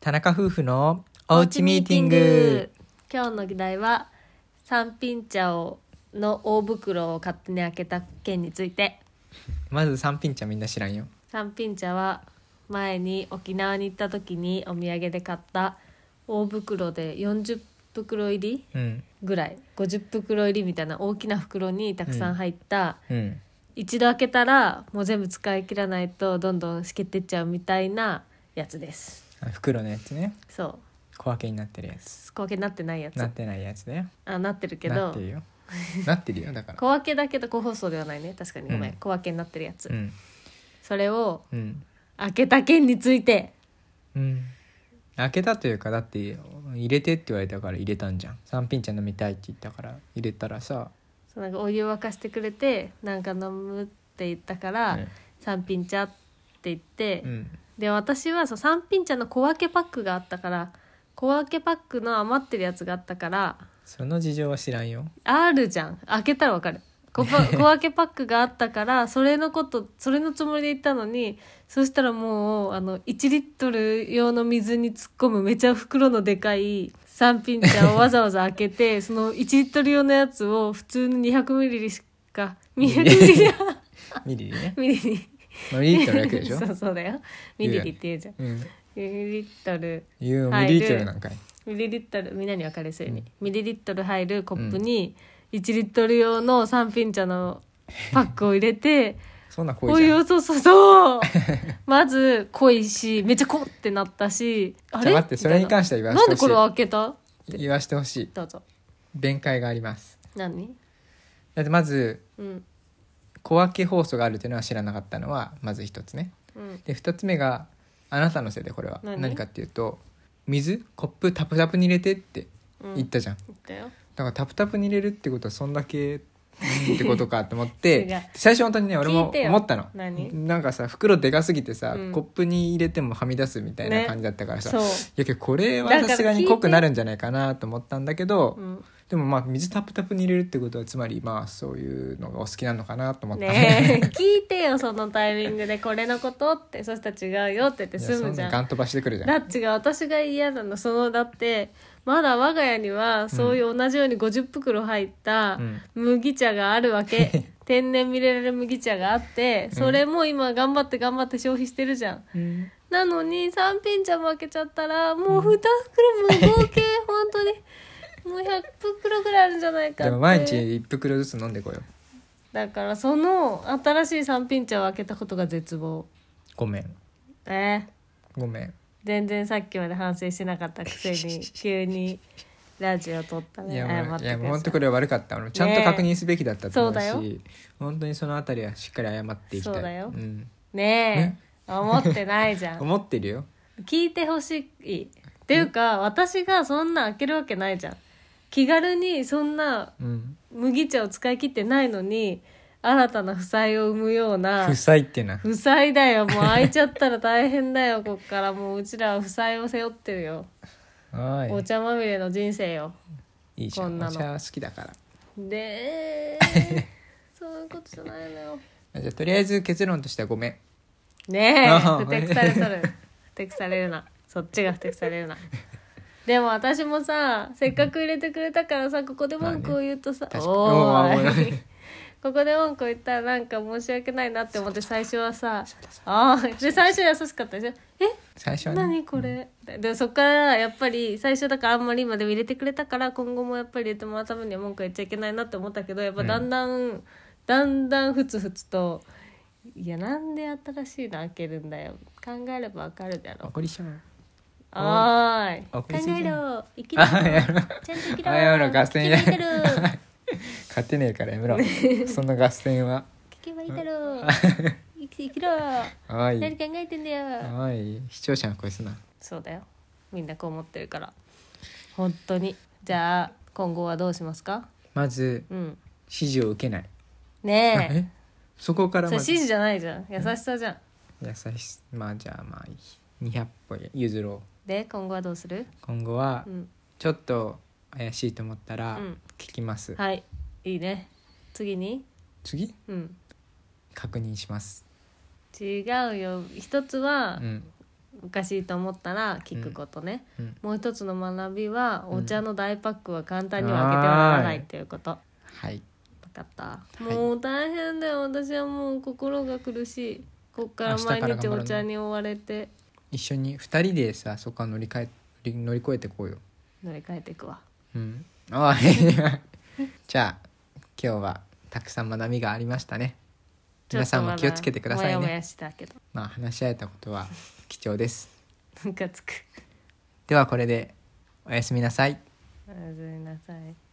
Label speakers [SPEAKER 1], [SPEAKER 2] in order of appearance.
[SPEAKER 1] 田中夫婦のおうちミーティング
[SPEAKER 2] 今日の議題は三品茶をの大袋を勝手に開けた件について
[SPEAKER 1] まず三品茶みんな知らんよ
[SPEAKER 2] 三品茶は前に沖縄に行った時にお土産で買った大袋で40袋入り
[SPEAKER 1] うん
[SPEAKER 2] ぐらい50袋入りみたいな大きな袋にたくさん入った、
[SPEAKER 1] うん
[SPEAKER 2] 一度開けたらもう全部使い切らないとどんどんしけってっちゃうみたいなやつです
[SPEAKER 1] あ袋のやつね
[SPEAKER 2] そう
[SPEAKER 1] 小分けになってるやつ
[SPEAKER 2] 小分けになってないやつ
[SPEAKER 1] なってないやつだよ
[SPEAKER 2] あなってるけ
[SPEAKER 1] なって
[SPEAKER 2] ど
[SPEAKER 1] るよなってるよ だから
[SPEAKER 2] 小分けだけど個包装ではないね確かにごめん、
[SPEAKER 1] うん
[SPEAKER 2] 小分けになってるやつ、
[SPEAKER 1] うん
[SPEAKER 2] それを
[SPEAKER 1] うん
[SPEAKER 2] 開けた件について
[SPEAKER 1] うん開けたというかだって入れてって言われたから入れたんじゃん三品茶飲みたいって言ったから入れたらさ、
[SPEAKER 2] そうなんかお湯沸かしてくれてなんか飲むって言ったから、三品茶って言って、
[SPEAKER 1] うんうん
[SPEAKER 2] で私はそう三品茶の小分けパックがあったから小分けパックの余ってるやつがあったから
[SPEAKER 1] その事情は知らんよ
[SPEAKER 2] あるじゃん開けたらわかる小パ小分けパックがあったからそれのことそれのつもりで行ったのにそしたらもうあの1リットル用の水に突っ込むめちゃ袋のでかい三品茶をわざわざ開け てその1リットル用のやつを普通の200ミリしか200ミリだ
[SPEAKER 1] ミリリ ね
[SPEAKER 2] ミリに
[SPEAKER 1] まあミリリットルだけでしょ
[SPEAKER 2] そうそうだよミリリって言うじゃん
[SPEAKER 1] うん
[SPEAKER 2] ミリリットル
[SPEAKER 1] 言う
[SPEAKER 2] 入
[SPEAKER 1] ミリリ
[SPEAKER 2] る
[SPEAKER 1] ットルなんかい
[SPEAKER 2] ミリリットルみんなに分かりやすいように、ミリリットル入るコップに1リットル用の3品茶のパックを入れて
[SPEAKER 1] そんな濃
[SPEAKER 2] お
[SPEAKER 1] いじ
[SPEAKER 2] 湯
[SPEAKER 1] ゃん
[SPEAKER 2] をそうそうそうまず濃いしめっちゃ濃ってなったしあ
[SPEAKER 1] じゃ
[SPEAKER 2] れ
[SPEAKER 1] あ待ってそれに関しては言わ
[SPEAKER 2] な
[SPEAKER 1] せ
[SPEAKER 2] ん
[SPEAKER 1] て
[SPEAKER 2] で
[SPEAKER 1] ほしい
[SPEAKER 2] これを開けた
[SPEAKER 1] 言わしてほしい
[SPEAKER 2] どうぞ
[SPEAKER 1] 弁解があります
[SPEAKER 2] 何
[SPEAKER 1] だってまず
[SPEAKER 2] うん
[SPEAKER 1] 小分け放送があるっていうのは知らなかったのはまず一つね
[SPEAKER 2] うん
[SPEAKER 1] で二つ目があなたのせいでこれは
[SPEAKER 2] 何
[SPEAKER 1] 何かっていうと水コップタプタプに入れてって
[SPEAKER 2] うん
[SPEAKER 1] 言ったじゃん、
[SPEAKER 2] 言ったよ
[SPEAKER 1] だからタプタプに入れるってことはそんだけうんってことかと思っ
[SPEAKER 2] 違う
[SPEAKER 1] て最初本当にね俺
[SPEAKER 2] 聞い
[SPEAKER 1] も
[SPEAKER 2] てよ
[SPEAKER 1] 思ったの
[SPEAKER 2] 何
[SPEAKER 1] なんかさ袋でかすぎてさ、
[SPEAKER 2] うん
[SPEAKER 1] コップに入れてもはみ出すみたいな
[SPEAKER 2] ね
[SPEAKER 1] 感じだったからさ、
[SPEAKER 2] そう
[SPEAKER 1] いやけどこれは
[SPEAKER 2] だから
[SPEAKER 1] さすが
[SPEAKER 2] 聞い
[SPEAKER 1] に
[SPEAKER 2] て
[SPEAKER 1] 濃くなるんじゃないかなと思ったんだけど、
[SPEAKER 2] うん
[SPEAKER 1] でもまあ水タプタプに入れるってことはつまりまあそういうのがお好きなのかなと思った、
[SPEAKER 2] ねえ 聞いてよそのタイミングでこれのことってそしたら違うよって言って
[SPEAKER 1] いや
[SPEAKER 2] 済
[SPEAKER 1] そ
[SPEAKER 2] む
[SPEAKER 1] ん
[SPEAKER 2] じ
[SPEAKER 1] な
[SPEAKER 2] ゃ
[SPEAKER 1] んガン飛ばしてくるじゃん
[SPEAKER 2] だってが私が嫌なのそのだってまだ我が家にはそういう同じように50袋入った
[SPEAKER 1] うん
[SPEAKER 2] 麦茶があるわけ、 天然ミネラル麦茶があってそれも今頑張って頑張って消費してるじゃん、
[SPEAKER 1] うん
[SPEAKER 2] なのに3品茶も開けちゃったらもう2袋も合計本当にもう100袋ぐらいあるんじゃないかって
[SPEAKER 1] でも毎日一袋ずつ飲んでこよう
[SPEAKER 2] だからその新しい3品茶を開けたことが絶望
[SPEAKER 1] ごめん
[SPEAKER 2] えー
[SPEAKER 1] ごめん
[SPEAKER 2] 全然さっきまで反省してなかったくせ に急にラジオ撮った
[SPEAKER 1] い
[SPEAKER 2] ね
[SPEAKER 1] や
[SPEAKER 2] 謝
[SPEAKER 1] も
[SPEAKER 2] っ
[SPEAKER 1] うい
[SPEAKER 2] て
[SPEAKER 1] や
[SPEAKER 2] く
[SPEAKER 1] もう
[SPEAKER 2] だ
[SPEAKER 1] 本
[SPEAKER 2] さ
[SPEAKER 1] 当
[SPEAKER 2] い
[SPEAKER 1] これ悪かったのちゃんと確認すべきだったと思う
[SPEAKER 2] そうだ
[SPEAKER 1] し本当にそのあたりはしっかり謝っていきたい
[SPEAKER 2] そうだよ
[SPEAKER 1] ん、
[SPEAKER 2] ねえ思ってないじゃん
[SPEAKER 1] 思ってるよ
[SPEAKER 2] 聞いてほしいっていうか私がそんな開けるわけないじゃん気軽にそんな
[SPEAKER 1] うん
[SPEAKER 2] 麦茶を使い切ってないのに新たな負債を生むような
[SPEAKER 1] 負債ってな
[SPEAKER 2] 負債だ よもう開いちゃったら大変だよこっからもううちらは負債を背負ってるよ、
[SPEAKER 1] は
[SPEAKER 2] お茶まみれの人生よ
[SPEAKER 1] いいいじゃ
[SPEAKER 2] こん
[SPEAKER 1] ん
[SPEAKER 2] な
[SPEAKER 1] お
[SPEAKER 2] の
[SPEAKER 1] 茶好きだから
[SPEAKER 2] で そういうことじゃないのよ
[SPEAKER 1] あじゃあとりあえず結論としてはごめん
[SPEAKER 2] ねえ
[SPEAKER 1] ああ
[SPEAKER 2] 不適されとる不適されるなそっちが不適されるなでも私もさせっかく入れてくれたからさここで文句を言うとさ、
[SPEAKER 1] まあね確
[SPEAKER 2] お
[SPEAKER 1] かに
[SPEAKER 2] ーい ここで文句を言ったらなんか申し訳ないなって思って最初はさああで最初優しかったでしょえ
[SPEAKER 1] 最初はね
[SPEAKER 2] 何これ、でそっからやっぱり最初だからあんまり今でも入れてくれたから今後もやっぱり入れてもらうためには文句は言っちゃいけないなって思ったけどやっぱだんだん、だんだんふつふつと「いやなんで新しいの開けるんだよ考えればわかるだろ
[SPEAKER 1] 怒りしょ
[SPEAKER 2] おーい
[SPEAKER 1] お
[SPEAKER 2] 考
[SPEAKER 1] 怒りすぎ
[SPEAKER 2] え
[SPEAKER 1] じゃん
[SPEAKER 2] ろ生きろ
[SPEAKER 1] あ
[SPEAKER 2] ち
[SPEAKER 1] やめろ
[SPEAKER 2] ゃんと生きろ
[SPEAKER 1] あやめろ合戦や
[SPEAKER 2] 聞けばいいだろ
[SPEAKER 1] 勝てねえからやめ ろそんな合戦 は
[SPEAKER 2] 聞けばいいだろ生き生きろ
[SPEAKER 1] は
[SPEAKER 2] 何
[SPEAKER 1] い
[SPEAKER 2] 考えてんだよ
[SPEAKER 1] はい視聴者の声すな
[SPEAKER 2] そうだよみんなこう思ってるから本当にじゃあ今後はどうしますか
[SPEAKER 1] まず
[SPEAKER 2] うん
[SPEAKER 1] 指示を受けない あ
[SPEAKER 2] ね
[SPEAKER 1] えそこか
[SPEAKER 2] え
[SPEAKER 1] ら
[SPEAKER 2] それ
[SPEAKER 1] ま
[SPEAKER 2] 指
[SPEAKER 1] ず
[SPEAKER 2] 示じゃないじゃん優しさじゃん
[SPEAKER 1] 優しまあじゃあまあいい200歩譲ろう
[SPEAKER 2] で今後はどうする
[SPEAKER 1] 今後は
[SPEAKER 2] うん
[SPEAKER 1] ちょっと怪しいと思ったら
[SPEAKER 2] うん
[SPEAKER 1] 聞きます、
[SPEAKER 2] はいいいね次に
[SPEAKER 1] 次
[SPEAKER 2] うん
[SPEAKER 1] 確認します
[SPEAKER 2] 違うよ一つは
[SPEAKER 1] うん
[SPEAKER 2] おかしいと思ったら聞くことね、
[SPEAKER 1] うん
[SPEAKER 2] もう一つの学びは
[SPEAKER 1] うん
[SPEAKER 2] お茶の大パックは簡単には開けてはならないっていうことわ
[SPEAKER 1] はい
[SPEAKER 2] かった
[SPEAKER 1] い
[SPEAKER 2] もう大変だよ私はもう心が苦しいこっから毎
[SPEAKER 1] 明日から頑張
[SPEAKER 2] 日
[SPEAKER 1] るの
[SPEAKER 2] お茶に追われて
[SPEAKER 1] 一緒に2人でさそこは乗りかえ乗り越えてこうよ
[SPEAKER 2] 乗り換えていくわ
[SPEAKER 1] うんああい やじゃあ今日はたくさん学びがありましたね皆さんも気をつけてくださ
[SPEAKER 2] ち
[SPEAKER 1] い
[SPEAKER 2] ょっとまもやも
[SPEAKER 1] ね
[SPEAKER 2] やしたけど
[SPEAKER 1] まあ話し合えたことは貴重です
[SPEAKER 2] ムカつく
[SPEAKER 1] ではこれでおやすみなさい
[SPEAKER 2] おやすみなさい